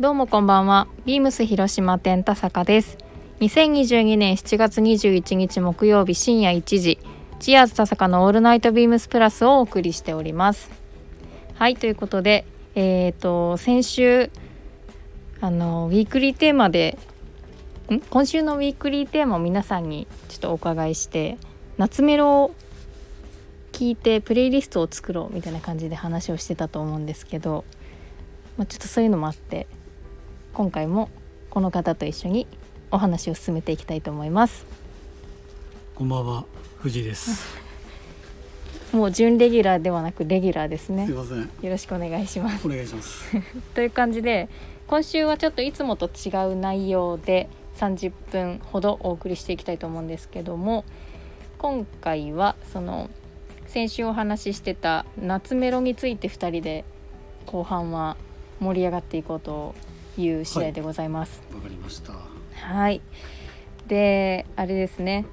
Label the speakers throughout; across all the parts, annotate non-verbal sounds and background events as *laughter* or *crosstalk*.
Speaker 1: どうもこんばんは。ビームス広島店田坂です。2022年7月21日木曜日深夜1時、チアーズ田坂のオールナイトビームスプラスをお送りしております。はい、ということで、えっ、と先週あのウィークリーテーマで、ん今週のウィークリーテーマを皆さんにちょっとお伺いして、夏メロを聞いてプレイリストを作ろうみたいな感じで話をしてたと思うんですけど、まあ、ちょっとそういうのもあって今回もこの方と一緒にお話を進めていきたいと思います
Speaker 2: こんばんは、藤井です。
Speaker 1: *laughs* もう準レギュラーではなくレギュラーですね
Speaker 2: すいません。
Speaker 1: よろしくお願いします *laughs*
Speaker 2: お願いします。
Speaker 1: という感じで今週はちょっといつもと違う内容で30分ほどお送りしていきたいと思うんですけども今回はその先週お話ししてた夏メロについて2人で後半は盛り上がっていこうという次第でございます。
Speaker 2: わかりました。
Speaker 1: はいであれですね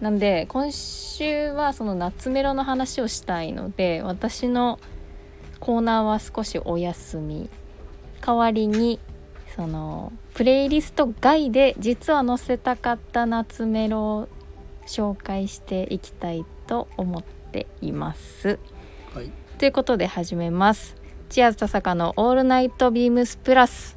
Speaker 1: なんで今週はその夏メロの話をしたいので私のコーナーは少しお休み代わりにそのプレイリスト外で実は載せたかった夏メロを紹介していきたいと思っています。
Speaker 2: はい、
Speaker 1: ということで始めます。チアーズ田坂のオールナイトビームスプラス。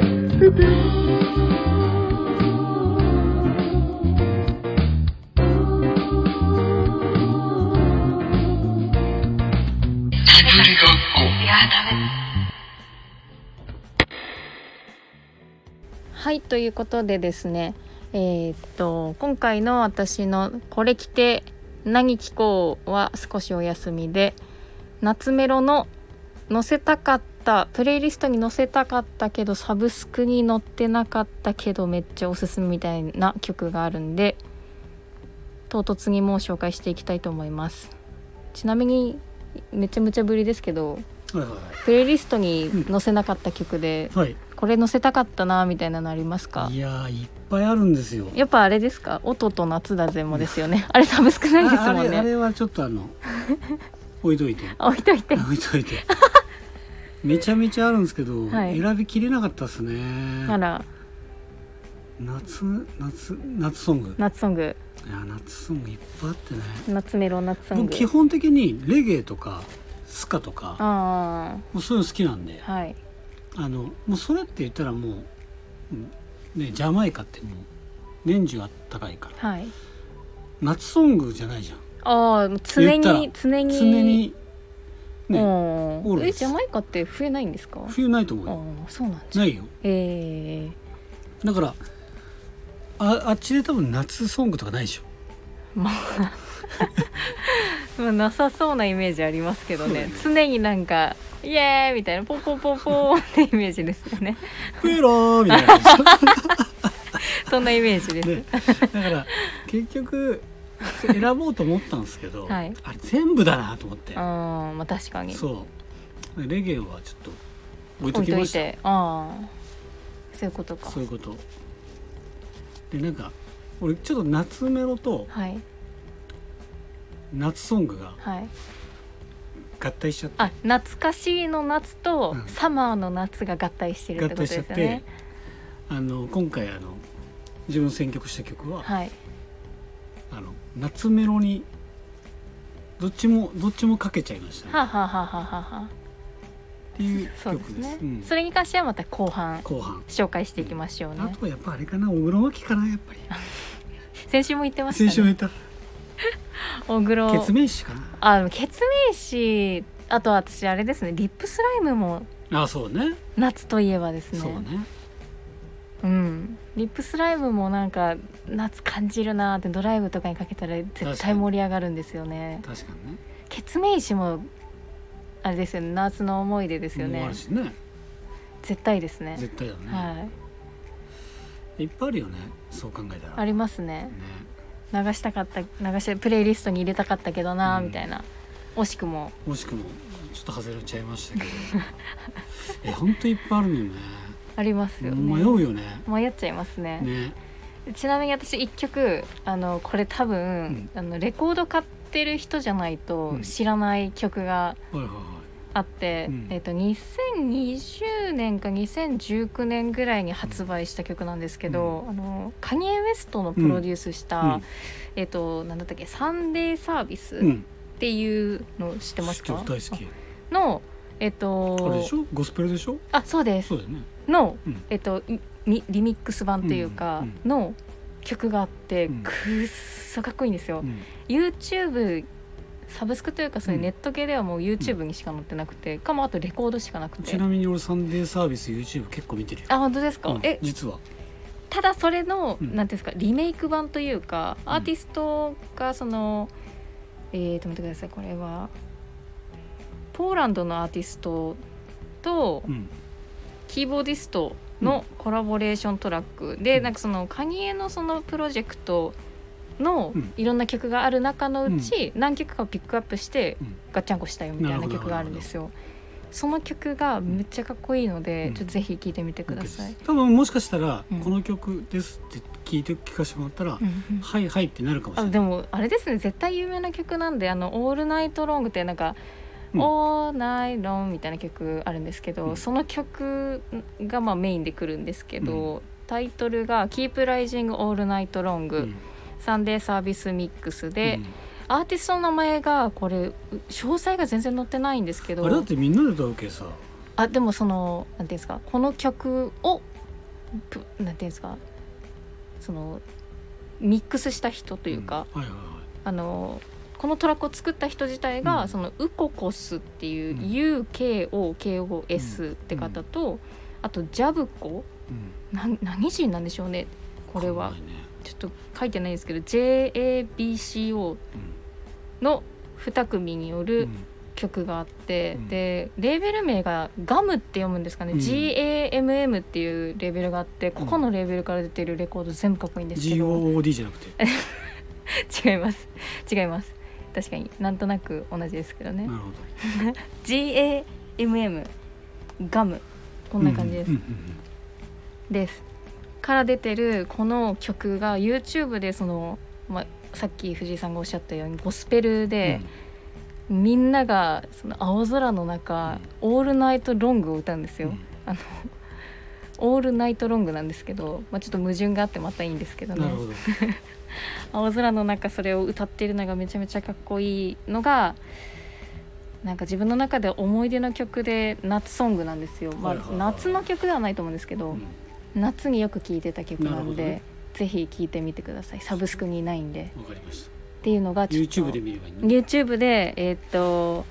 Speaker 3: Thank you.
Speaker 1: はいということでですねえーっと今回の私の「これ着て何着こう」は少しお休みで夏メロの載せたかったプレイリストに載せたかったけどサブスクに載ってなかったけどめっちゃおすすめみたいな曲があるんで唐突にもう紹介していきたいと思いますちなみにめちゃめちゃぶりですけど
Speaker 2: はいは
Speaker 1: プレイリストに載せなかった曲で
Speaker 2: いはい。
Speaker 1: これ載せたかったなみたいなのありますか
Speaker 2: はい。いやー、いっぱいあるんですよ。
Speaker 1: やっぱあれですか「音と夏だぜ」もですよね *laughs* あれ寒くないです
Speaker 2: ああ
Speaker 1: もん
Speaker 2: れ、あ
Speaker 1: ね
Speaker 2: れはちょっと
Speaker 1: *laughs*
Speaker 2: あの。置いといて。
Speaker 1: あ置いといて
Speaker 2: 置いといて。
Speaker 1: *laughs*
Speaker 2: めちゃめちゃあるんですけど、
Speaker 1: はい
Speaker 2: 選びきれなかったですね。
Speaker 1: あら
Speaker 2: 夏、夏、夏ソング。
Speaker 1: 夏ソング
Speaker 2: いや、夏ソングいっぱいあってね。
Speaker 1: 夏メロ夏ソン
Speaker 2: 僕
Speaker 1: グ
Speaker 2: 基本的にレゲエとか。スカとか、
Speaker 1: あ
Speaker 2: もうそういうの好きなんで
Speaker 1: あ。はい
Speaker 2: あのもうそれって言ったらもう、うんね、ジャマイカってもう年中あったかいから
Speaker 1: はい
Speaker 2: 夏ソングじゃないじゃん
Speaker 1: ああ常
Speaker 2: 言ったら
Speaker 1: に常に
Speaker 2: 常にね、
Speaker 1: ね
Speaker 2: オール
Speaker 1: え
Speaker 2: です
Speaker 1: ジャマイカって冬ないんですか
Speaker 2: 冬ないと思う
Speaker 1: あ
Speaker 2: よ
Speaker 1: あそうなんじゃ
Speaker 2: ないよ
Speaker 1: え
Speaker 2: だからああっちで多分夏ソングとかないでしょ
Speaker 1: えまあなさそうなイメージありますけどね常になんかイエーイみたいなポンポンポンポンってイメージですよね
Speaker 2: 「プロー」みたいな感
Speaker 1: *laughs* そんなイメージで
Speaker 2: じ
Speaker 1: す、
Speaker 2: でねだから結局選ぼうと思ったんですけど、
Speaker 1: はい
Speaker 2: あれ全部だなと思って
Speaker 1: ああまあ確かに
Speaker 2: そうレゲエはちょっと置い
Speaker 1: 置
Speaker 2: と
Speaker 1: い
Speaker 2: き
Speaker 1: と
Speaker 2: ま
Speaker 1: い
Speaker 2: した
Speaker 1: てああそういうことか
Speaker 2: そういうことでなんか俺ちょっと夏メロと
Speaker 1: はい
Speaker 2: 夏ソングが
Speaker 1: はい
Speaker 2: 合体しちゃって
Speaker 1: あ懐かしいの夏と、
Speaker 2: うん
Speaker 1: サマーの夏が合体してるっ
Speaker 2: 合
Speaker 1: てこと
Speaker 2: 体
Speaker 1: で
Speaker 2: し
Speaker 1: す
Speaker 2: ちゃ
Speaker 1: よ
Speaker 2: っ
Speaker 1: ね。
Speaker 2: て、あの今回あの自分選曲した曲は、
Speaker 1: はい。
Speaker 2: あの夏メロにどっちもどっちもかけちゃいました、ね、
Speaker 1: はあ、はあはあはあはあはあ
Speaker 2: っていう
Speaker 1: そう
Speaker 2: 曲
Speaker 1: です
Speaker 2: です
Speaker 1: ね、
Speaker 2: うん
Speaker 1: それに関してはまた後半
Speaker 2: 後半
Speaker 1: 紹介していきましょう
Speaker 2: あ
Speaker 1: ね。
Speaker 2: とはやっぱあれかな小黒脇かなやっぱり
Speaker 1: 先週も言ってま
Speaker 2: 青
Speaker 1: した
Speaker 2: 春
Speaker 1: ね。
Speaker 2: いた
Speaker 1: 小黒。
Speaker 2: ケツメイシかな
Speaker 1: あ、でも結名詞。あと私あれですね、リップスライムも
Speaker 2: あそうね
Speaker 1: 夏といえばですね。
Speaker 2: そうね
Speaker 1: うん。リップスライムもなんか夏感じるなーってドライブとかにかけたら絶対盛り上がるんですよね。
Speaker 2: 確かにね
Speaker 1: 結名詞もあれですよね、夏の思い出ですよ
Speaker 2: もうあ
Speaker 1: ね
Speaker 2: る。しね
Speaker 1: 絶対ですね。
Speaker 2: 絶対だね、
Speaker 1: はい、
Speaker 2: いっぱいあるよねそう考えたら
Speaker 1: ありますね
Speaker 2: ね
Speaker 1: 流したかった流してプレイリストに入れたかったけどな、
Speaker 2: うん
Speaker 1: みたいな惜しくも
Speaker 2: 惜しくもちょっと外れちゃいましたけど *laughs* え本当いっぱいあるのよね
Speaker 1: ありますよね
Speaker 2: 迷うよね
Speaker 1: 迷っちゃいますね
Speaker 2: ね
Speaker 1: ちなみに私一曲あのこれ多分、あのレコード買ってる人じゃないと
Speaker 2: うん
Speaker 1: 知らない曲が
Speaker 2: はいはいは
Speaker 1: あって、
Speaker 2: うん
Speaker 1: えっと2020年か2019年ぐらいに発売した曲なんですけど、あのカニエ・ウェストのプロデュースした、
Speaker 2: うんうん
Speaker 1: えっとなんだったっけ「サンデーサービス」
Speaker 2: い、う
Speaker 1: っ
Speaker 2: ん、
Speaker 1: ていうの知ってますか
Speaker 2: 好き大好き
Speaker 1: のえっ
Speaker 2: あれで
Speaker 1: と
Speaker 2: しょゴスペルでしょ
Speaker 1: あそうです
Speaker 2: そうだよね
Speaker 1: の、
Speaker 2: うん
Speaker 1: えっと、みリミックス版というか
Speaker 2: うんう
Speaker 1: の曲があって、
Speaker 2: うん
Speaker 1: くっそかっこいいんですよ、
Speaker 2: うん
Speaker 1: YouTube サブスクというかそういう
Speaker 2: うん
Speaker 1: ネット系ではもう YouTube にしか載ってなくて、かもあとレコードしかなくて
Speaker 2: ちなみに俺サンデーサービス YouTube 結構見てるよ
Speaker 1: あ本当ですか、
Speaker 2: うん
Speaker 1: え
Speaker 2: 実は
Speaker 1: ただそれの、
Speaker 2: うん
Speaker 1: なんていうんですかリメイク版というか
Speaker 2: ん
Speaker 1: アーティストがその、えー、と待ってくださいこれはポーランドのアーティストと
Speaker 2: うん
Speaker 1: キーボーディストのコラボレーショントラックで、なんかそのカニエのそのプロジェクトの
Speaker 2: うん
Speaker 1: いろんな曲がある中のうち何曲かをピックアップして
Speaker 2: うん
Speaker 1: ガッチャンコしたよみたいな曲があるんですよ。その曲がめっちゃかっこいいので、
Speaker 2: うん
Speaker 1: ちょっとぜひ聴いてみてください。
Speaker 2: 多分もしかしたら、
Speaker 1: うん
Speaker 2: この曲ですって聞いて聞かせてもらったら、
Speaker 1: うんうん
Speaker 2: はいはいってなるかもし
Speaker 1: あ
Speaker 2: れ
Speaker 1: で
Speaker 2: ない
Speaker 1: もあれですね絶対有名な曲なんで「あのオールナイトロング」ってなんか「
Speaker 2: うん
Speaker 1: オーナイロン」みたいな曲あるんですけど、
Speaker 2: うん
Speaker 1: その曲がまあメインで来るんですけど、タイトルが「Keep Rising All Night Long、
Speaker 2: うん
Speaker 1: サンデーサービスミックスで」
Speaker 2: うん
Speaker 1: アーティストの名前がこれ詳細が全然載ってないんですけど
Speaker 2: あれだってみんなで歌うけさ
Speaker 1: あでもそのなんていうんですかこの曲をぷなんていうんですかそのミックスした人というか。
Speaker 2: んはいはいは
Speaker 1: あのこのトラックを作った人自体が、
Speaker 2: うん
Speaker 1: そのウココスっていうう、
Speaker 2: ん
Speaker 1: UKOKOS って方と、あとジャブコ
Speaker 2: い、うん、
Speaker 1: なん何人なんでしょうねこれは
Speaker 2: わかんないね
Speaker 1: ちょっと書いてないんですけど JABCO の2組によ
Speaker 2: うん
Speaker 1: る曲があって、
Speaker 2: うん
Speaker 1: でレーベル名がガムって読むんですかね、
Speaker 2: うん
Speaker 1: GAMM っていうレーベルがあってここのレーベルから出てるレコード全部かっこいいんですけど、
Speaker 2: GOOD じゃなくて
Speaker 1: *laughs* 違います違います確かになんとなく同じですけどね
Speaker 2: なるほど
Speaker 1: GAMM ガムこんな感じです、
Speaker 2: うんうん
Speaker 1: ですから出てるこの曲が YouTube でその、まあ、さっき藤井さんがおっしゃったようにゴスペルで、みんながその青空の中、オールナイトロングを歌うんです
Speaker 2: うん
Speaker 1: よ、オールナイトロングなんですけど、まあ、ちょっと矛盾があってまたいいんですけど
Speaker 2: うん
Speaker 1: ね
Speaker 2: なるほど
Speaker 1: 青空の中それを歌ってるのがめちゃめちゃかっこいいのがなんか自分の中で思い出の曲で夏ソングなんですよ、まあ
Speaker 2: はいはいはい
Speaker 1: 夏の曲ではないと思うんですけど、夏によく聴いてた曲な
Speaker 2: なる
Speaker 1: の
Speaker 2: ほ
Speaker 1: で
Speaker 2: どね
Speaker 1: ぜひ聴いてみてくださいサブスクにないんで
Speaker 2: うんわかりました
Speaker 1: っていうのがちょっと
Speaker 2: YouTube で見ればいいの
Speaker 1: YouTube でえーっと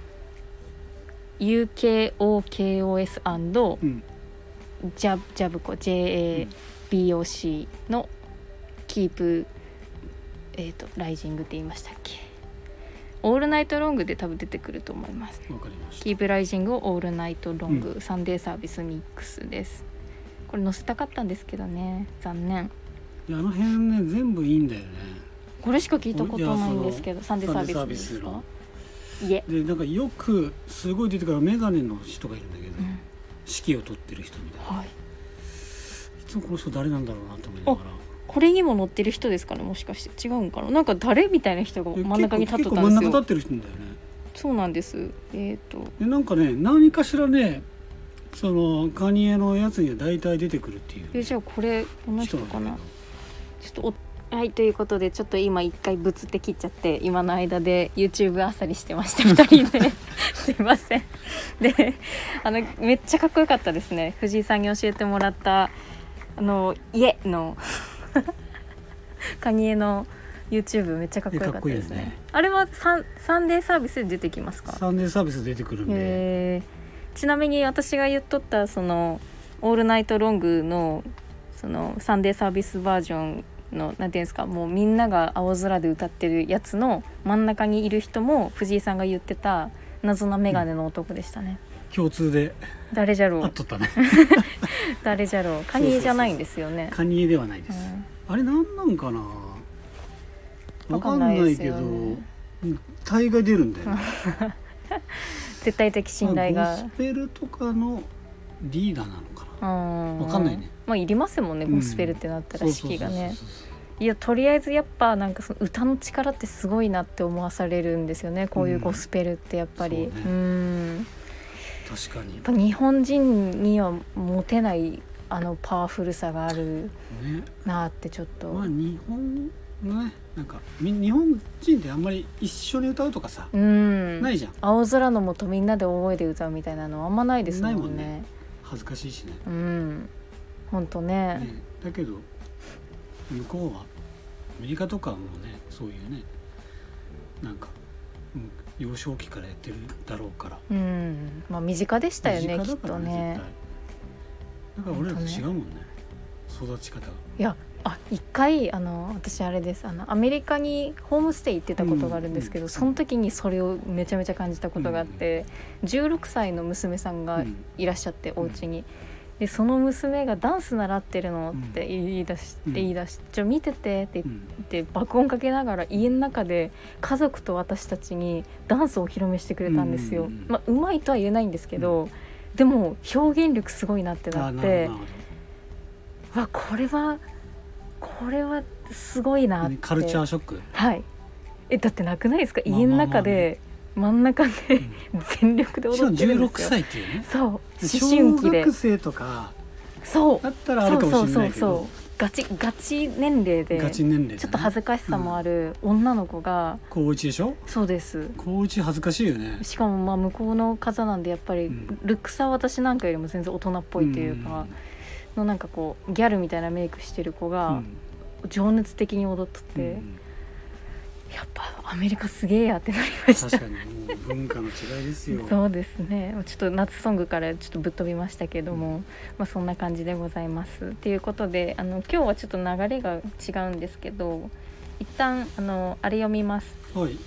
Speaker 1: UKOKOS&
Speaker 2: うん
Speaker 1: ジャブジャブコ JABOC のキープえっ、とライジングって言いましたっけオールナイトロングで多分出てくると思います
Speaker 2: わかりました
Speaker 1: キープライジングをオールナイトロング、サンデーサービスミックスですこれ載せたかったんですけどね残念
Speaker 2: いやあの辺ね全部いいんだよね
Speaker 1: これしか聞いたことないんですけどサンデーサービスですかいえ、
Speaker 2: でなんかよくすごい出てくる眼鏡の人がいるんだけど、
Speaker 1: うん
Speaker 2: 指揮を取ってる人みたいな
Speaker 1: はい、
Speaker 2: いつもこの人誰なんだろうなと思いながら
Speaker 1: これにも載ってる人ですかねもしかして違うんかななんか誰みたいな人が
Speaker 2: いや
Speaker 1: 真ん中に立って
Speaker 2: 結
Speaker 1: た
Speaker 2: 構
Speaker 1: んです
Speaker 2: 結構真ん中
Speaker 1: よ
Speaker 2: 立ってる人いんだよね
Speaker 1: そうなんですえっ、と
Speaker 2: でなんかね何かしらねそのカニエのやつには大体出てくるってい
Speaker 1: え
Speaker 2: う
Speaker 1: じゃあこれこの人
Speaker 2: 人なんだ
Speaker 1: か
Speaker 2: けど
Speaker 1: なちょっとおはいということでちょっと今一回ぶつって切っちゃって今の間で YouTube あさりしてま
Speaker 2: *laughs*
Speaker 1: した二人で *laughs* すいませんであのめっちゃかっこよかったですね藤井さんに教えてもらったあの「家」のカニエの YouTube めっちゃかっこよかったですね
Speaker 2: いやかっこいいですね
Speaker 1: あれはサンサンデーサービスで出てきますか
Speaker 2: サンデーサービス出てくるんで
Speaker 1: へーちなみに私が言っとったその「オールナイトロングの」そのサンデーサービスバージョンのなんていうんですかもうみんなが青空で歌ってるやつの真ん中にいる人も藤井さんが言ってた謎な眼鏡の男でしたね。
Speaker 2: 共通で
Speaker 1: 誰じゃろ
Speaker 2: あっ
Speaker 1: う
Speaker 2: とったね
Speaker 1: 誰じゃろうカニエじゃないんですよね。
Speaker 2: カニエではないです、
Speaker 1: うん
Speaker 2: あれなんなんかなわかんないけど
Speaker 1: わかんないですよね
Speaker 2: 大概出るんだよね
Speaker 1: 絶対的信頼
Speaker 2: まあ
Speaker 1: が
Speaker 2: ゴスペルとかのリーダーなのかな
Speaker 1: わ
Speaker 2: わかんないね
Speaker 1: まあいりますもんね
Speaker 2: うん
Speaker 1: ゴスペルってなったら式がね
Speaker 2: そうそうそうそう
Speaker 1: いやとりあえずやっぱなんかその歌の力ってすごいなって思わされるんですよねこういうゴスペルってやっぱり
Speaker 2: うんそう
Speaker 1: う
Speaker 2: ね
Speaker 1: ん
Speaker 2: 確かに
Speaker 1: やっぱ日本人には持てないあのパワフルさがある
Speaker 2: ね
Speaker 1: なってちょっと、
Speaker 2: まあ日本のねなんかみ日本人ってあんまり一緒に歌うとかさ、
Speaker 1: うん
Speaker 2: ないじゃん
Speaker 1: 青空のもとみんなで大声で歌うみたいなのはあんまないですもんね
Speaker 2: ないもんね恥ずかしいしね
Speaker 1: うんほんとね
Speaker 2: ねだけど向こうはアメリカとかはもうねそういうねなんかうん幼少期からやってるだろうから
Speaker 1: うんまあ身近でしたよね
Speaker 2: 身
Speaker 1: き
Speaker 2: 近
Speaker 1: っ
Speaker 2: だか
Speaker 1: と
Speaker 2: ら
Speaker 1: ね
Speaker 2: 絶対だから俺らと違うもんね育ち方が
Speaker 1: いやあ一回あの私あれですあのアメリカにホームステイ行ってたことがあるんですけど、
Speaker 2: うん
Speaker 1: その時にそれをめちゃめちゃ感じたことがあって、16歳の娘さんが
Speaker 2: うん
Speaker 1: いらっしゃって、お家に。でその娘がダンス習ってるのって言い出し、
Speaker 2: うん
Speaker 1: 言い出しちょ見ててって言っ
Speaker 2: うん
Speaker 1: て爆音かけながら家の中で家族と私たちにダンスをお披露目してくれたんですよ。
Speaker 2: うんうんうん
Speaker 1: まあうまいとは言えないんですけど、でも表現力すごいなって
Speaker 2: あ
Speaker 1: な
Speaker 2: あ
Speaker 1: っ
Speaker 2: な
Speaker 1: て
Speaker 2: るほどなる
Speaker 1: わこれはこれはすごいな
Speaker 2: ほ
Speaker 1: っ
Speaker 2: ど
Speaker 1: て
Speaker 2: ねカルチャーショック
Speaker 1: はいえだってなくないですか
Speaker 2: まあ
Speaker 1: 家の中で真ん中で全力で
Speaker 2: しか
Speaker 1: 踊
Speaker 2: も
Speaker 1: ってるんですよ
Speaker 2: 16歳っていうね
Speaker 1: そう思
Speaker 2: 小
Speaker 1: 春期で
Speaker 2: 学生とか
Speaker 1: そう
Speaker 2: だったらあ
Speaker 1: そ
Speaker 2: る
Speaker 1: うそ
Speaker 2: かも
Speaker 1: う
Speaker 2: しれ
Speaker 1: そう
Speaker 2: ないけ
Speaker 1: そ
Speaker 2: ど
Speaker 1: うガチガチ年齢で
Speaker 2: ガチ年齢だね
Speaker 1: ちょっと恥ずかしさもある女の子が、
Speaker 2: 高一でしょ
Speaker 1: そうです
Speaker 2: 高一恥ずかしいよね
Speaker 1: しかもまあ向こうの方なんでやっぱり
Speaker 2: うん
Speaker 1: ルックスは私なんかよりも全然大人っぽいというか、のなんかこうギャルみたいなメイクしてる子
Speaker 2: うんう
Speaker 1: が
Speaker 2: ん
Speaker 1: 情熱的に踊っとって、
Speaker 2: うん
Speaker 1: やっぱアメリカすげえやってなりました
Speaker 2: 確かにもう文化の違いですよ
Speaker 1: そうですねちょっと夏ソングからちょっとぶっ飛びましたけども、まあ、そんな感じでございますっていうことであの今日はちょっと流れが違うんですけど一旦あのあれ読みます
Speaker 2: はい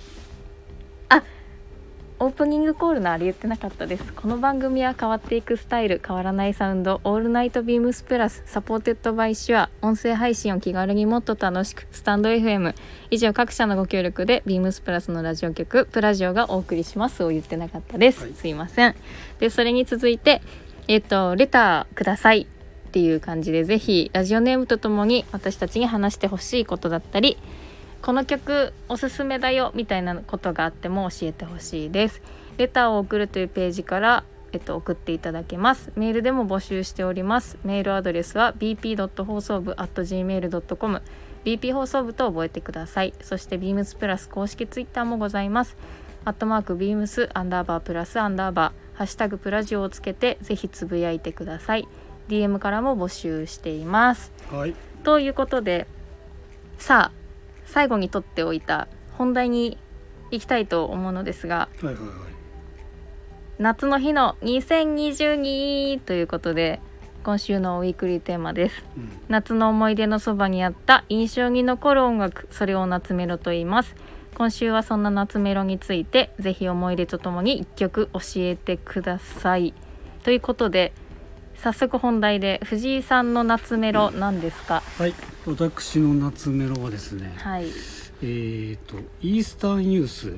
Speaker 1: オープニングコールのあれ言ってなかったですこの番組は変わっていくスタイル変わらないサウンドオールナイトビームスプラスサポーテッドバイシュア音声配信を気軽にもっと楽しくスタンド FM 以上各社のご協力でビームスプラスのラジオ局プラジオがお送りしますを言ってなかったです、
Speaker 2: はい
Speaker 1: すいませんでそれに続いてえっ、とレターくださいっていう感じでぜひラジオネームとともに私たちに話してほしいことだったりこの曲おすすめだよみたいなことがあっても教えてほしいですレターを送るというページからえっと、送っていただけますメールでも募集しておりますメールアドレスは bp. 放送部 .gmail.com bp 放送部と覚えてくださいそして beams プラス公式ツイッターもございますアットマークビームスアンダーバープラスアンダーバーハッシュタグプラジオをつけてぜひつぶやいてください DM からも募集しています
Speaker 2: はい
Speaker 1: ということでさあ最後に取っておいた本題に行きたいと思うのですが
Speaker 2: はいはいはい
Speaker 1: 夏の日の2022ということで今週のウィークリーテーマです
Speaker 2: うん
Speaker 1: 夏の思い出のそばにあった印象に残る音楽それを夏メロと言います今週はそんな夏メロについてぜひ思い出とともに一曲教えてくださいということで早速本題で藤井さんの夏メロなんですか、
Speaker 2: はい私の夏メロはですね
Speaker 1: はい
Speaker 2: えっとイースタンユース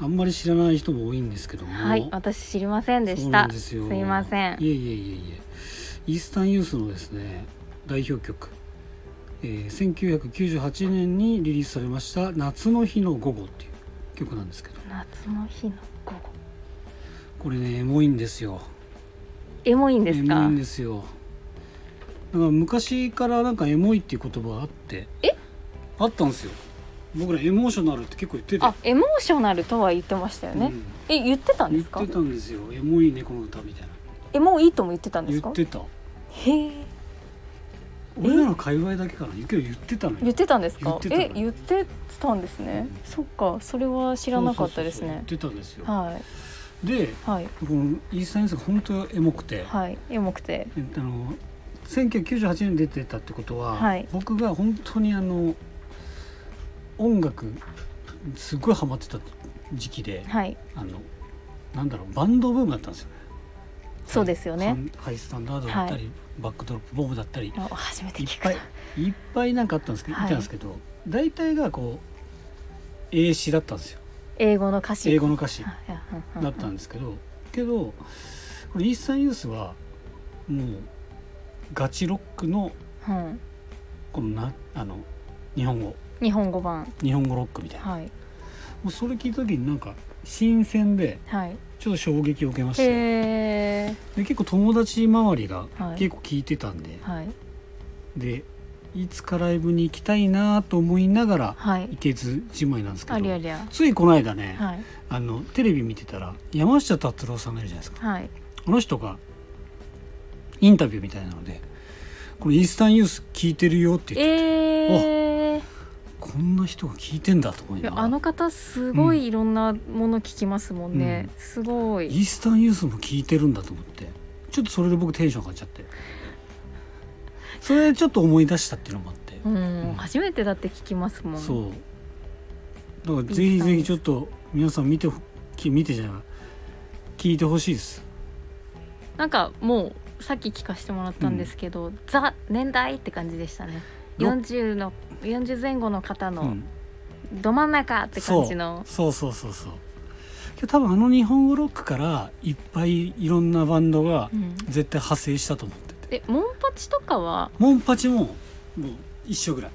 Speaker 2: あんまり知らない人も多いんですけども
Speaker 1: はい私知りませんで
Speaker 2: そ
Speaker 1: し
Speaker 2: うな
Speaker 1: た
Speaker 2: んですよ
Speaker 1: いません
Speaker 2: いえいえいえいえイースタンユースのですね代表曲、えー、1998年にリリースされました「夏の日の午後」っていう曲なんですけど
Speaker 1: 夏の日の午後
Speaker 2: これねエモいんですよ
Speaker 1: エモいんです
Speaker 2: エモい
Speaker 1: か
Speaker 2: んですよだから昔からなんかエモいっていう言葉があって
Speaker 1: え
Speaker 2: あったんですよ僕らエモーショナルって結構言ってて
Speaker 1: あエモーショナルとは言ってましたよね、
Speaker 2: うん
Speaker 1: え言ってたんで
Speaker 2: 言
Speaker 1: すか
Speaker 2: ってたんですよエモいねこの歌みたいな
Speaker 1: えもういいとも言ってたんで
Speaker 2: 言
Speaker 1: すか
Speaker 2: ってた
Speaker 1: へえ
Speaker 2: 俺らの界隈だけかなけど言ってたのよ
Speaker 1: 言ってたんですか
Speaker 2: 言って
Speaker 1: え
Speaker 2: たの
Speaker 1: 言ってたんですね、
Speaker 2: うん
Speaker 1: そっかそれは知らなかったですね
Speaker 2: そうそうそう言ってたんですよ、
Speaker 1: はい
Speaker 2: で
Speaker 1: はい
Speaker 2: このイースタンユースが本当エモくて、
Speaker 1: はいエモくて
Speaker 2: えあの1998年に出てたってことは、
Speaker 1: はい
Speaker 2: 僕が本当にあの音楽すごいハマってた時期で
Speaker 1: はい
Speaker 2: あのなんだろうバンドブームだったんですよね
Speaker 1: そうですよ
Speaker 2: ハ
Speaker 1: ね
Speaker 2: ンハイスタンダードだったり、バックドロップボムだったり
Speaker 1: あ初めて
Speaker 2: いっ
Speaker 1: 聞く
Speaker 2: ぱ
Speaker 1: ない
Speaker 2: いっぱいなんかあったんですけど、
Speaker 1: はい
Speaker 2: いたんですけど大体がこう英詞だったんですよ
Speaker 1: え英語の歌詞
Speaker 2: 英語の歌詞だった
Speaker 1: ん
Speaker 2: んですけどけどこれイースタンユースはもうガチロックの
Speaker 1: うん、
Speaker 2: このなあの日本語
Speaker 1: 日本語版
Speaker 2: 日本語ロックみたいな、
Speaker 1: はい
Speaker 2: もうそれ聞いた時になんか新鮮で
Speaker 1: はい
Speaker 2: ちょっと衝撃を受けまし
Speaker 1: へ
Speaker 2: て
Speaker 1: え
Speaker 2: で結構友達周りが
Speaker 1: はい
Speaker 2: 結構聞いてたんで、
Speaker 1: はい
Speaker 2: でいつかライブに行きたいなと思いながら
Speaker 1: はい
Speaker 2: 行けずじまいなんですけ
Speaker 1: ありゃ
Speaker 2: ど
Speaker 1: りゃ
Speaker 2: ついこの間ね、
Speaker 1: はい
Speaker 2: あのテレビ見てたら山下達郎さんがいるじゃないですか
Speaker 1: はい
Speaker 2: あの人がインタビューみたいなので「このイースタンユース聞いてるよ」って言って
Speaker 1: えー
Speaker 2: こんな人が聞いてんだと思い
Speaker 1: いや
Speaker 2: なが
Speaker 1: あ
Speaker 2: ら
Speaker 1: の方すごいいろんなもの聞きますもんね、すご
Speaker 2: イ
Speaker 1: い
Speaker 2: ースタンユースも聞いてるんだと思ってちょっとそれで僕テンション上がっちゃってそれちょっと思い出したっていうのもあって、
Speaker 1: うん初めてだって聞きますもん
Speaker 2: そうだからぜひぜひちょっと皆さん見てほき見てじゃない聞いてほしいです
Speaker 1: なんかもうさっき聞かせてもらったんですけど、ザ年代って感じでしたね
Speaker 2: ろ
Speaker 1: 40の40前後の方
Speaker 2: う
Speaker 1: の
Speaker 2: ん
Speaker 1: ど真ん中って感じの、
Speaker 2: そうそうそうそうけど多分あの日本語ロックからいっぱいいろんなバンドが
Speaker 1: うん
Speaker 2: 絶対派生したと思ってて
Speaker 1: えモンパチとかは
Speaker 2: モンパチももう一緒ぐらい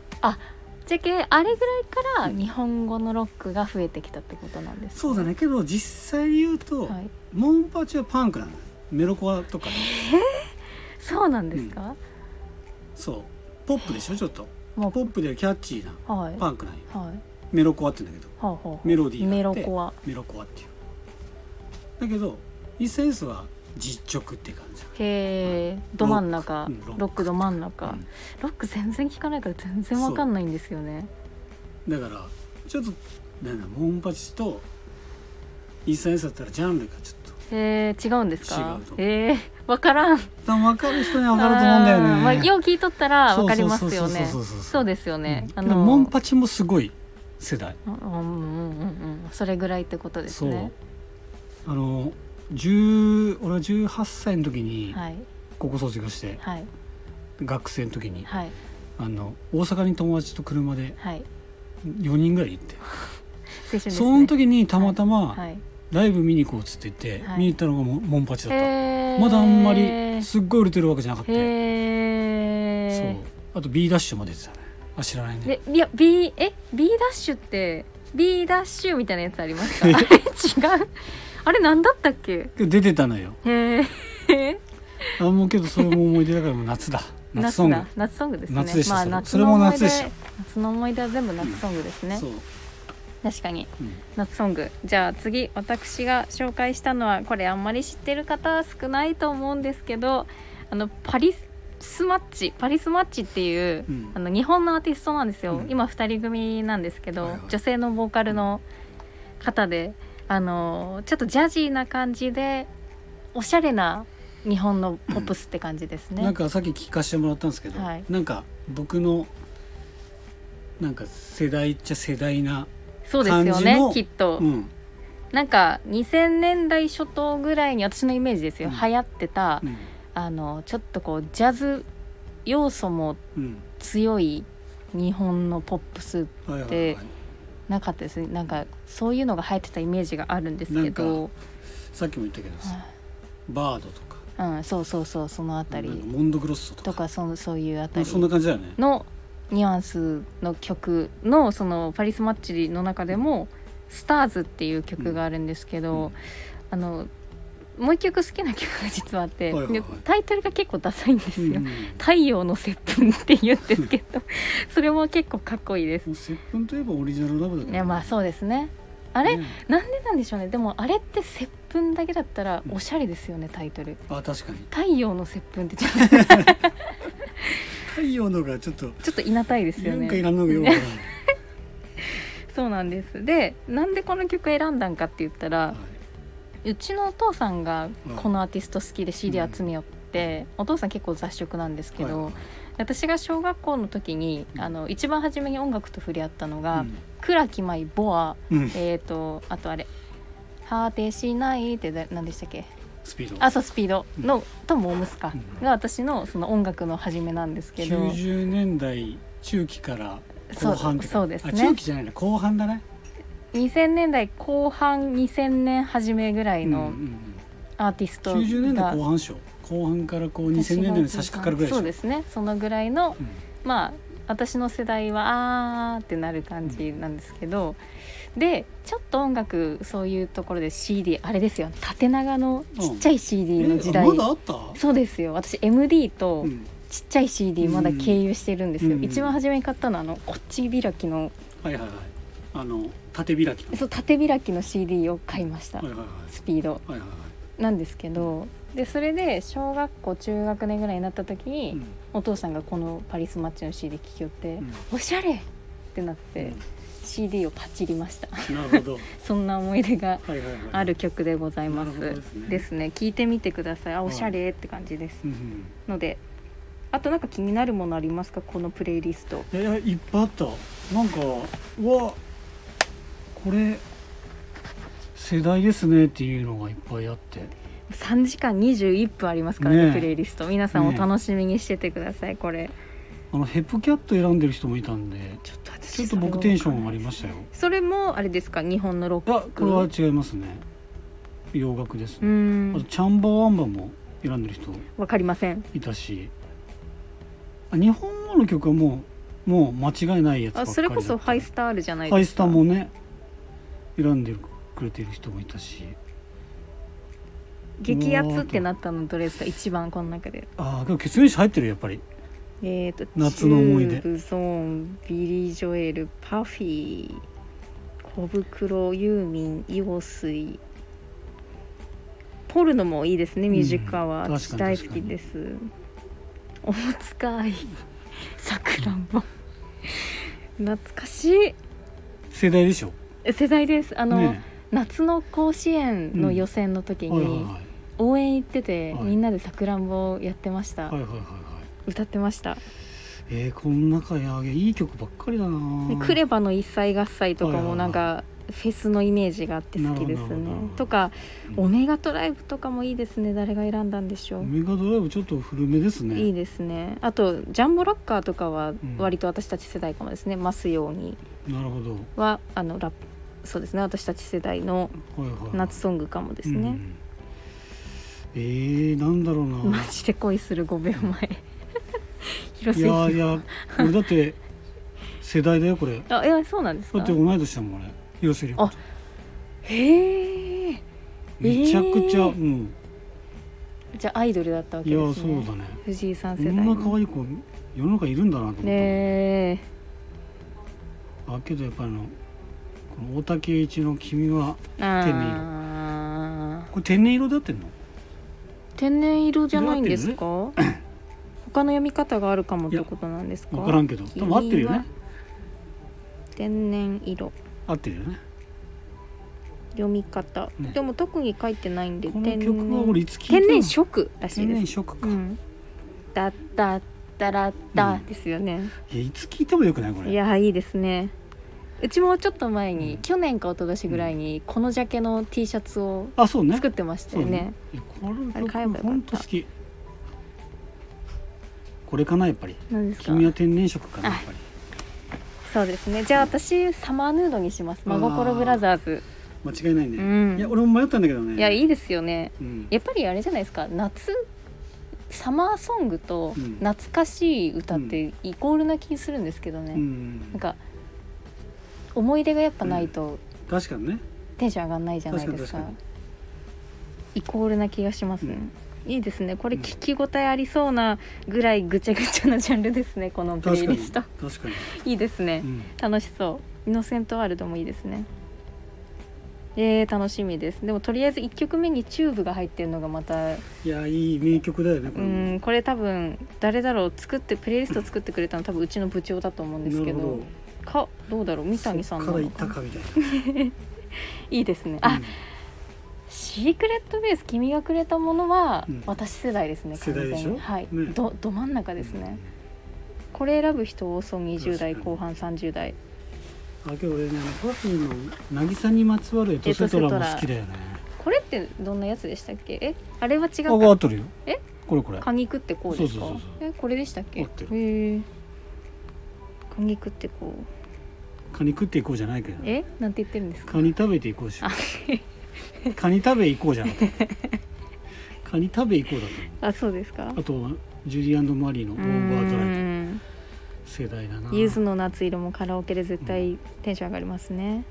Speaker 1: じゃけあれぐらいから日本語のロックが増えてきたってことなんですか
Speaker 2: そうだねけど実際言うと、
Speaker 1: はい、
Speaker 2: モンパチはパンクなのメロコアとかね
Speaker 1: そうなんですか、
Speaker 2: そうポップでしょちょっと
Speaker 1: も
Speaker 2: ポップではキャッチーな
Speaker 1: うはいはい
Speaker 2: パンクなんよ
Speaker 1: は
Speaker 2: メロコアって言うんだけど
Speaker 1: あはあはあ
Speaker 2: メロディー
Speaker 1: メ
Speaker 2: があっ
Speaker 1: ロ
Speaker 2: て
Speaker 1: コア
Speaker 2: メロコアっていうだけど一センスは実直って感じ
Speaker 1: へえど真ん中
Speaker 2: ロックうんロック
Speaker 1: ロックど真ん中、
Speaker 2: うん
Speaker 1: ロック全然聞かないから全然わかんないんですよね
Speaker 2: だからちょっとなんだモンパチとイースタンエースだったらジャンルがちょっと
Speaker 1: へえ違うんですか
Speaker 2: 違うと
Speaker 1: へえわからん
Speaker 2: 多分分かる人には分かると思うんだよね
Speaker 1: あーまあ、よう聞いとったら
Speaker 2: そ
Speaker 1: わ
Speaker 2: う
Speaker 1: かり
Speaker 2: そう
Speaker 1: ま
Speaker 2: そう
Speaker 1: す
Speaker 2: そ
Speaker 1: よ
Speaker 2: うそう
Speaker 1: ね
Speaker 2: そうそう
Speaker 1: そうですよね、
Speaker 2: うん
Speaker 1: あの
Speaker 2: モンパチもすごい世代
Speaker 1: うんうんうんうんうんそれぐらいってことです
Speaker 2: そう
Speaker 1: ね
Speaker 2: あの10俺は18歳の時に
Speaker 1: はい
Speaker 2: 高校卒業して、
Speaker 1: はい
Speaker 2: 学生の時に
Speaker 1: はい
Speaker 2: あの大阪に友達と車で
Speaker 1: はい青
Speaker 2: 4人ぐらい行って、
Speaker 1: 春ですね
Speaker 2: その時にたまた
Speaker 1: は
Speaker 2: ま
Speaker 1: い
Speaker 2: ライブ見に行こうっつって言って、
Speaker 1: はい
Speaker 2: 見に行ったのがモモンパチだった、
Speaker 1: へー
Speaker 2: まだあんまりすっごい売れてるわけじゃなかった、
Speaker 1: へ
Speaker 2: そう
Speaker 1: え
Speaker 2: あと B ダッシュも出てたねあ知らないね
Speaker 1: でいや B え B ダッシュって B ダッシュみたいなやつありますか
Speaker 2: え
Speaker 1: あれ違うあれなんだったっけ
Speaker 2: けど出てたのよ
Speaker 1: へえ
Speaker 2: あもうけどそれも思い出だからもう夏だ夏
Speaker 1: *laughs*
Speaker 2: ソ
Speaker 1: 夏だ
Speaker 2: ング
Speaker 1: 夏ソングですね
Speaker 2: 夏でした
Speaker 1: まあ
Speaker 2: そ
Speaker 1: 夏
Speaker 2: れ
Speaker 1: の思い
Speaker 2: それも夏で
Speaker 1: 出
Speaker 2: した
Speaker 1: 夏の思い出は全部夏ソングですね、
Speaker 2: そう、
Speaker 1: 確かに
Speaker 2: うん
Speaker 1: 夏ソングじゃあ次私が紹介したのはこれあんまり知ってる方少ないと思うんですけどあのパリスマッチパリスマッチっていう、
Speaker 2: うん
Speaker 1: あの日本のアーティストなんですよ、
Speaker 2: うん
Speaker 1: 今2人組なんですけど、
Speaker 2: はいはい
Speaker 1: 女性のボーカルの方であのちょっとジャジーな感じでおしゃれな日本のポップスって感じですね。
Speaker 2: なんかさっき聞かせてもらったんですけど、
Speaker 1: はい
Speaker 2: なんか僕のなんか世代っちゃ世代な、
Speaker 1: そうですよ
Speaker 2: 感じの
Speaker 1: ねきっと、
Speaker 2: うん
Speaker 1: なんか2000年代初頭ぐらいに私のイメージですよ、
Speaker 2: うん
Speaker 1: 流行ってた
Speaker 2: うん
Speaker 1: あのちょっとこうジャズ要素も
Speaker 2: うん、
Speaker 1: 強い日本のポップス
Speaker 2: はいはいはい
Speaker 1: でなかったですねなんかそういうのが流行ってたイメージがあるんですけど、
Speaker 2: さっきも言ったけどさ、バードとか
Speaker 1: うん、そうそうそうそのあた
Speaker 2: なんか
Speaker 1: り
Speaker 2: モンドグロッソとか
Speaker 1: とかそのそういうあ
Speaker 2: う
Speaker 1: た
Speaker 2: ん
Speaker 1: り
Speaker 2: そんな感じだよね
Speaker 1: のニュアンスの曲のそのパリスマッチの中でも「スターズっていう曲があるんですけど、
Speaker 2: うん
Speaker 1: あのもう一曲好きな曲が実はあって、
Speaker 2: はいはいはい
Speaker 1: でタイトルが結構ダサいんですよ。
Speaker 2: うんも
Speaker 1: 太陽の接吻って言うんですけ
Speaker 2: *laughs*
Speaker 1: どそれも結構かっこいいです
Speaker 2: う接吻といえばオリジナルラブだけど
Speaker 1: いやまあそうですねあれ、
Speaker 2: ね
Speaker 1: なんでなんでしょうねでもあれって接吻だけだったらおしゃれですよねタイトル
Speaker 2: あ確かに
Speaker 1: 太陽の接吻ってちょっと
Speaker 2: 太陽のがちょっと
Speaker 1: ちょっといなたいですよ
Speaker 2: なんかいら
Speaker 1: ね
Speaker 2: んのがよくわからない
Speaker 1: そうなんですでなんでこの曲選んだんかって言ったら、
Speaker 2: は
Speaker 1: うちのお父さんが
Speaker 2: うん
Speaker 1: このアーティスト好きで CD 集めよって、お父さん結構雑食なんですけど、
Speaker 2: はい
Speaker 1: 私が小学校の時に
Speaker 2: うん
Speaker 1: あの一番初めに音楽と触れ合ったのが、
Speaker 2: い
Speaker 1: 倉木舞ボア
Speaker 2: うんうん
Speaker 1: えー、とあとあれ「果てしない」ってだ何でしたっけ
Speaker 2: スピード
Speaker 1: あそうスピードの、とモームスか
Speaker 2: うん
Speaker 1: が私のその音楽の始めなんですけど
Speaker 2: 90年代中期から後半って
Speaker 1: そうそうですね
Speaker 2: あ中期じゃないな後半だね
Speaker 1: 2000年代後半2000年初めぐらいのアーティストが、
Speaker 2: 90年代後半でしょ後半からこう2000年代に差し掛かるぐらいでしょ
Speaker 1: そうですねそのぐらいのまあ私の世代はあーってなる感じなんですけど、でちょっと音楽そういうところで CD あれですよ縦長のちっちゃい CD
Speaker 2: う
Speaker 1: の
Speaker 2: ん
Speaker 1: 時代、
Speaker 2: えまだあった
Speaker 1: そうですよ私 MD と
Speaker 2: うん
Speaker 1: ちっちゃい CD まだ経由してるんですよ、
Speaker 2: うん
Speaker 1: 一番初めに買ったのはあのこっち開きの
Speaker 2: はいはいはいあの縦開きの
Speaker 1: そう縦開きの CD を買いました、
Speaker 2: はいはいはい
Speaker 1: スピード
Speaker 2: はいはいは
Speaker 1: なんですけどでそれで小学校中学年ぐらいになった時に、
Speaker 2: いうん
Speaker 1: お父さんがこの「パリスマッチ」の CD 聴きよって、おしゃれってなって、
Speaker 2: うん
Speaker 1: CD をパチりました *laughs*
Speaker 2: うんなるほど
Speaker 1: そんな思い出が
Speaker 2: はいはいはい
Speaker 1: ある曲でございます、
Speaker 2: なるほど
Speaker 1: で
Speaker 2: ですすね
Speaker 1: ね聞いてみてくださいあおしゃれって感じです、
Speaker 2: うんうん
Speaker 1: のであとなんか気になるものありますかこのプレイリスト
Speaker 2: えーいっぱいあったなんかうわこれ世代ですねっていうのがいっぱいあって
Speaker 1: 3時間21分ありますからね
Speaker 2: ねえ
Speaker 1: プレイリスト皆さんお
Speaker 2: ねえ
Speaker 1: 楽しみにしててくださいこれ
Speaker 2: あのヘップキャット選んでる人もいたんで
Speaker 1: ちょっと私
Speaker 2: ちょっと僕テンション上がりましたよ
Speaker 1: それもあれですか日本のロ
Speaker 2: い
Speaker 1: ッ
Speaker 2: や
Speaker 1: ク
Speaker 2: これは違いますね洋楽です
Speaker 1: う
Speaker 2: ね、
Speaker 1: ん
Speaker 2: あとチャンバワンバも選んでる人
Speaker 1: わかりません
Speaker 2: いたしあ日本語の曲はもうもう間違いないやつばっ
Speaker 1: あ
Speaker 2: かりだった
Speaker 1: それこそハイスターあるじゃないですか
Speaker 2: ハイスタもね選んでくれてる人もいたし
Speaker 1: 激アツってなったのどれですか一番この中で
Speaker 2: ああでも血面師入ってるやっぱり
Speaker 1: えー、と
Speaker 2: 夏の思い出
Speaker 1: チューブゾーンビリー・ジョエルパフィー小袋ユーミン陽水ポルノもいいですねミュージックアワー、
Speaker 2: うん
Speaker 1: 私
Speaker 2: 確か
Speaker 1: 大
Speaker 2: に
Speaker 1: 好きです大塚愛さくらん
Speaker 2: *laughs*
Speaker 1: ぼ懐かしい
Speaker 2: 世代でしょ
Speaker 1: え世代ですあの、
Speaker 2: ね
Speaker 1: 夏の甲子園の予選の
Speaker 2: え
Speaker 1: 時
Speaker 2: はいはい
Speaker 1: に応援行ってて、
Speaker 2: はい
Speaker 1: みんなでさくらんぼをやってました、
Speaker 2: はいはいはいはいはい
Speaker 1: 歌ってました
Speaker 2: えー、この中やいい曲ばっかりだな
Speaker 1: でクレバの一切合切とか
Speaker 2: はいはいは
Speaker 1: も
Speaker 2: い
Speaker 1: なんかフェスのイメージがあって好きです
Speaker 2: なるほどな
Speaker 1: ね
Speaker 2: るほど
Speaker 1: とか
Speaker 2: うん
Speaker 1: オメガトライブとかもいいですね誰が選んだんでしょ
Speaker 2: オ
Speaker 1: う、
Speaker 2: メガドライブちょっと古めですね
Speaker 1: いいですねあとジャンボラッカーとかは
Speaker 2: ん
Speaker 1: 割と私たち世代かもですね「ますように
Speaker 2: なるほどは
Speaker 1: は」あのラップそうですね私たち世代の
Speaker 2: いはい
Speaker 1: 夏ソングかもです
Speaker 2: う
Speaker 1: ね
Speaker 2: んえー、なんだろうな
Speaker 1: マジで恋する5秒前 *laughs* 広
Speaker 2: い
Speaker 1: 瀬
Speaker 2: やいや俺だって世代だよこれ
Speaker 1: あいやそうなんです
Speaker 2: だ
Speaker 1: か
Speaker 2: って同い年だもん俺広瀬涼子
Speaker 1: あへえ
Speaker 2: めちゃくち
Speaker 1: え
Speaker 2: ゃ、
Speaker 1: ー
Speaker 2: うん
Speaker 1: じゃあアイドルだったわけ
Speaker 2: い
Speaker 1: で
Speaker 2: や
Speaker 1: すね
Speaker 2: そうだね
Speaker 1: 藤井さん
Speaker 2: こ
Speaker 1: 世代
Speaker 2: ん
Speaker 1: の
Speaker 2: な可愛い子世の中いるんだなと思った、
Speaker 1: ねえ
Speaker 2: あけどやっぱりあのこの大竹栄一の「君は
Speaker 1: あ」ー
Speaker 2: これ天然色だってんの
Speaker 1: 天然色じゃないんですか他の読み方があるかもってことなんですか
Speaker 2: 分からんけど多
Speaker 1: 君
Speaker 2: 分
Speaker 1: は
Speaker 2: 合ってるよね
Speaker 1: 天然色
Speaker 2: 合ってるよね
Speaker 1: 読み方、
Speaker 2: ね
Speaker 1: でも特に書いてないんで
Speaker 2: こ
Speaker 1: 天
Speaker 2: の
Speaker 1: 然
Speaker 2: 曲は俺いつ聴いた
Speaker 1: 天
Speaker 2: の
Speaker 1: 然色らしい
Speaker 2: 天
Speaker 1: で
Speaker 2: 然
Speaker 1: す
Speaker 2: 色
Speaker 1: う
Speaker 2: か、
Speaker 1: んだだだらだ
Speaker 2: うん
Speaker 1: ですよね、
Speaker 2: いやいつ聴いてもよくないこれ
Speaker 1: いやーいいですねうちもちょっと前に、
Speaker 2: うん
Speaker 1: 去年か一昨年ぐらいにこのジャケの T シャツを
Speaker 2: あそうね
Speaker 1: 作ってました
Speaker 2: そう
Speaker 1: よ
Speaker 2: ね
Speaker 1: ね
Speaker 2: いやこの
Speaker 1: あれ
Speaker 2: 曲
Speaker 1: 買えばよかった
Speaker 2: ほんと好きこれかなやっぱり
Speaker 1: 何ですか
Speaker 2: 君は天然色かな
Speaker 1: あ
Speaker 2: やっぱり
Speaker 1: そうですねじゃあ私サマーヌードにします真心ブラザーズ
Speaker 2: 間違いないね、
Speaker 1: うん
Speaker 2: いや俺も迷ったんだけどね
Speaker 1: いやいいですよね
Speaker 2: うん、
Speaker 1: やっぱりあれじゃないですか夏サマーソングと
Speaker 2: うん
Speaker 1: 懐かしい歌ってイコールな気するんですけどね、
Speaker 2: うん、
Speaker 1: なんか思い出がやっぱないと
Speaker 2: 確かにね
Speaker 1: テンション上がんないじゃないですか,、
Speaker 2: 確かに
Speaker 1: イコールな気がしますね、いいですねこれ聞き応えありそうなぐらいぐちゃぐちゃなジャンルですねこのプレ
Speaker 2: 確
Speaker 1: イ
Speaker 2: か
Speaker 1: リ
Speaker 2: に
Speaker 1: スト
Speaker 2: 確かに、
Speaker 1: いいですね、
Speaker 2: うん、
Speaker 1: 楽しそうイノセントワールドもいいですねえー、楽しみですでもとりあえず1曲目にチューブが入ってるのがまたう
Speaker 2: いやいい名曲だよねこれも
Speaker 1: ーんこれ多分誰だろう作ってプレイリスト作ってくれたの多分うちの部長だと思うんですけど
Speaker 2: なるほど
Speaker 1: かどうだろう三谷さんな
Speaker 2: そっから行
Speaker 1: の
Speaker 2: っ
Speaker 1: か
Speaker 2: た
Speaker 1: な
Speaker 2: かみたいな、
Speaker 1: いいですねあ、
Speaker 2: うん
Speaker 1: シークレットベース君がくれたものは、
Speaker 2: うん
Speaker 1: 私世代ですね
Speaker 2: 世代でし
Speaker 1: 完
Speaker 2: ょ
Speaker 1: 全にはい、
Speaker 2: ね
Speaker 1: どど真ん中ですね、これ選ぶ人多そう20代
Speaker 2: 確
Speaker 1: 後
Speaker 2: かに
Speaker 1: 半30代
Speaker 2: あ今日俺ねパフィーの「渚にまつわるエトセトラ」も好きだよね
Speaker 1: これってどんなやつでしたっけえあれは違う
Speaker 2: あ
Speaker 1: か
Speaker 2: 合ってるよ
Speaker 1: え
Speaker 2: これこれ
Speaker 1: 果肉ってこうですか
Speaker 2: そうそうそう
Speaker 1: えこれでしたっけ
Speaker 2: 合ってる
Speaker 1: へえ果肉ってこう
Speaker 2: カニ食っていこうじゃないけど
Speaker 1: えなんて言ってるんですか
Speaker 2: カニ食べていこうしようカニ食べ行こうじゃな
Speaker 1: *laughs*
Speaker 2: くてカニ食べ行こうだと
Speaker 1: あそうですか
Speaker 2: あとはジュリーマリーのオ
Speaker 1: うー
Speaker 2: ーバードライ
Speaker 1: ん
Speaker 2: 世代だな
Speaker 1: ゆずの夏色もカラオケで絶対テンション上がりますね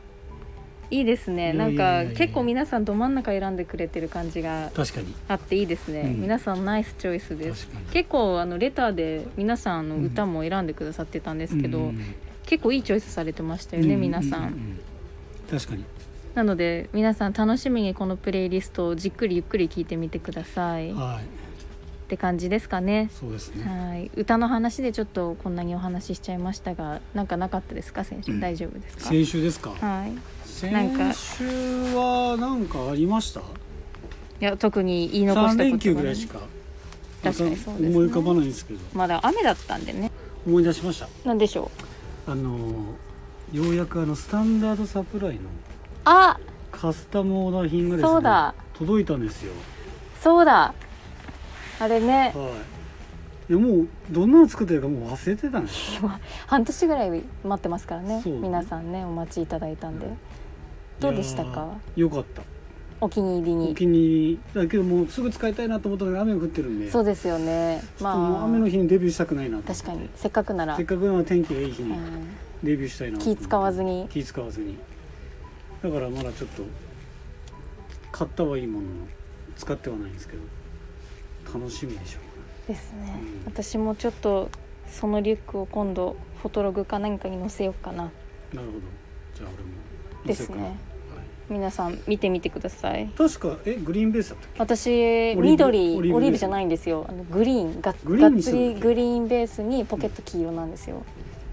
Speaker 1: いいですね
Speaker 2: いや
Speaker 1: ないん
Speaker 2: やいやいや
Speaker 1: か結構皆さんど真ん中選んでくれてる感じが
Speaker 2: 確かに
Speaker 1: あっていいですね、
Speaker 2: うん
Speaker 1: 皆さんナイスチョイスです
Speaker 2: 確かに
Speaker 1: 結構あのレターで皆さんあの
Speaker 2: うん
Speaker 1: 歌も選んでくださってたんですけど、
Speaker 2: うんうんうん
Speaker 1: 結構いいチョイスされてましたよね、皆さん,、
Speaker 2: ううう確かに
Speaker 1: なので皆さん楽しみにこのプレイリストをじっくりゆっくり聞いてみてくださいっ
Speaker 2: はい
Speaker 1: て感じですかね
Speaker 2: そうですね
Speaker 1: はい歌の話でちょっとこんなにお話ししちゃいましたがなんかなかったですか先週、
Speaker 2: うん
Speaker 1: 大丈夫ですか
Speaker 2: 先週ですか
Speaker 1: はい
Speaker 2: 先
Speaker 1: なんか
Speaker 2: 週はなんかありました
Speaker 1: いや特に言い残し
Speaker 2: 三
Speaker 1: た
Speaker 2: 連
Speaker 1: こと
Speaker 2: 休
Speaker 1: が
Speaker 2: ぐ
Speaker 1: ね、
Speaker 2: らいしか
Speaker 1: 確かにそうですね
Speaker 2: 思い浮かばないんですけど
Speaker 1: まだ雨だったんでね
Speaker 2: 思い出しました
Speaker 1: なんでしょ
Speaker 2: あのようやくあのスタンダードサプライ
Speaker 1: う
Speaker 2: の
Speaker 1: あ
Speaker 2: カスタムオーダー品がですね
Speaker 1: そうだ
Speaker 2: 届いたんですよ
Speaker 1: そうだあれね
Speaker 2: はいいやもうどんなの作ってるかもう忘れてたね
Speaker 1: 半年ぐらい待ってますからね
Speaker 2: そうね
Speaker 1: 皆さんねお待ちいただいたんで、 *laughs* どうでした
Speaker 2: い
Speaker 1: か
Speaker 2: やーよかった
Speaker 1: お気に入り
Speaker 2: お
Speaker 1: に
Speaker 2: 気に入りだけどもうすぐ使いたいなと思ったのに雨が降ってるんで
Speaker 1: そうですよねま
Speaker 2: もう
Speaker 1: あ
Speaker 2: 雨の日にデビューしたくないなと思って
Speaker 1: 確かにせっかくなら
Speaker 2: せっかくなら天気がいい日
Speaker 1: う
Speaker 2: に
Speaker 1: ん
Speaker 2: デビューしたいなと思って
Speaker 1: 気使わずに
Speaker 2: 気使わずにだからまだちょっと買ったはいいものの使ってはないんですけど楽しみでしょ
Speaker 1: ですね
Speaker 2: うん
Speaker 1: 私もちょっとそのリュックを今度フォトログか何かに載せようかな
Speaker 2: うなるほどじゃあ俺も見
Speaker 1: で
Speaker 2: せよ
Speaker 1: す
Speaker 2: うかな
Speaker 1: ね皆さん見てみてください
Speaker 2: はい、確かえグリーンベースだったっ
Speaker 1: 私
Speaker 2: ブ
Speaker 1: 緑
Speaker 2: オ
Speaker 1: オ
Speaker 2: リ
Speaker 1: リ
Speaker 2: ーブ
Speaker 1: ーブじゃないんですよあのグリーンが
Speaker 2: グリーン
Speaker 1: が
Speaker 2: に
Speaker 1: っ
Speaker 2: す
Speaker 1: つ
Speaker 2: る
Speaker 1: りグリーンベースにポケット黄色なんですよ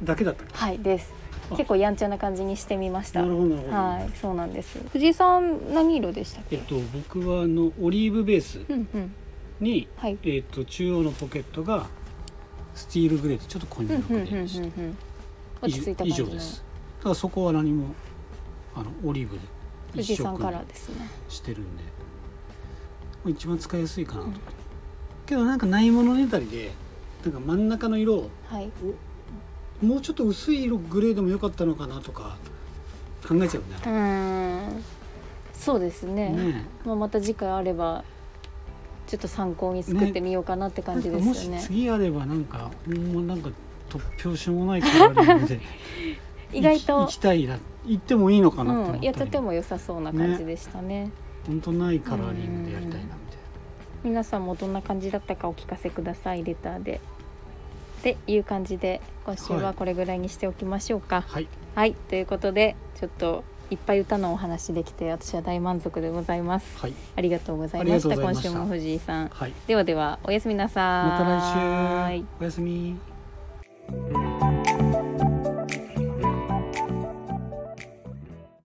Speaker 2: けだけだったっ
Speaker 1: はいです
Speaker 2: あ
Speaker 1: 結構やんちゃな感じにしてみまし
Speaker 2: け
Speaker 1: た
Speaker 2: なるほどなるほど、
Speaker 1: はい、そうなんです。藤井さん何色でしたっけ
Speaker 2: えっ？と僕はあのオリーブベース
Speaker 1: うんうん、
Speaker 2: に、
Speaker 1: はい。
Speaker 2: えっと中央のポケットがスティールグレーでちょっと濃い
Speaker 1: うん
Speaker 2: め
Speaker 1: う
Speaker 2: の
Speaker 1: んうん
Speaker 2: グ
Speaker 1: う
Speaker 2: レ
Speaker 1: んう
Speaker 2: ーでした
Speaker 1: ん。落ち着いた感
Speaker 2: 以
Speaker 1: じ
Speaker 2: 上
Speaker 1: の
Speaker 2: ですただそこは何もあのオリーブで
Speaker 1: 藤井さんカ
Speaker 2: に
Speaker 1: ラーですね。
Speaker 2: してるんでまあ一番使いやすいかなと思って、けどなんかないものねだりでなんか真ん中の色を
Speaker 1: はい。
Speaker 2: もうちょっと薄い色グレーでもよかったのかなとか考えちゃうんだ
Speaker 1: う
Speaker 2: よ
Speaker 1: ーん、そうですね。
Speaker 2: ねね
Speaker 1: まあまた次回あればちょっと参考に作ってみようかなって
Speaker 2: な
Speaker 1: 感
Speaker 2: ん
Speaker 1: じ
Speaker 2: か
Speaker 1: ですよ
Speaker 2: もし
Speaker 1: ね。
Speaker 2: 次あればなんかほんまなんか突拍子もない感じで
Speaker 1: *laughs* 意外
Speaker 2: 行
Speaker 1: と
Speaker 2: き行き、たいな行ってもいいのか
Speaker 1: う
Speaker 2: なって思
Speaker 1: ん、いや
Speaker 2: った
Speaker 1: と
Speaker 2: り、
Speaker 1: ても良さそうな感じでしたね。
Speaker 2: 本当ないカラーリングでやりたいなみたいな
Speaker 1: 皆さんもどんな感じだったかお聞かせくださいレターで。っていう感じで今週
Speaker 2: は
Speaker 1: はいこれぐらいにしておきましょうか。
Speaker 2: はい
Speaker 1: はい、ということでちょっといっぱい歌のお話できて私は大満足でございます。
Speaker 2: はい
Speaker 1: ありがとうございました。
Speaker 2: ありがとうご
Speaker 1: 今
Speaker 2: ざいました
Speaker 1: 週も藤井さん。
Speaker 2: はい
Speaker 1: ではではおやすみなさ
Speaker 2: ま
Speaker 1: ーい。
Speaker 2: た来週おやすみ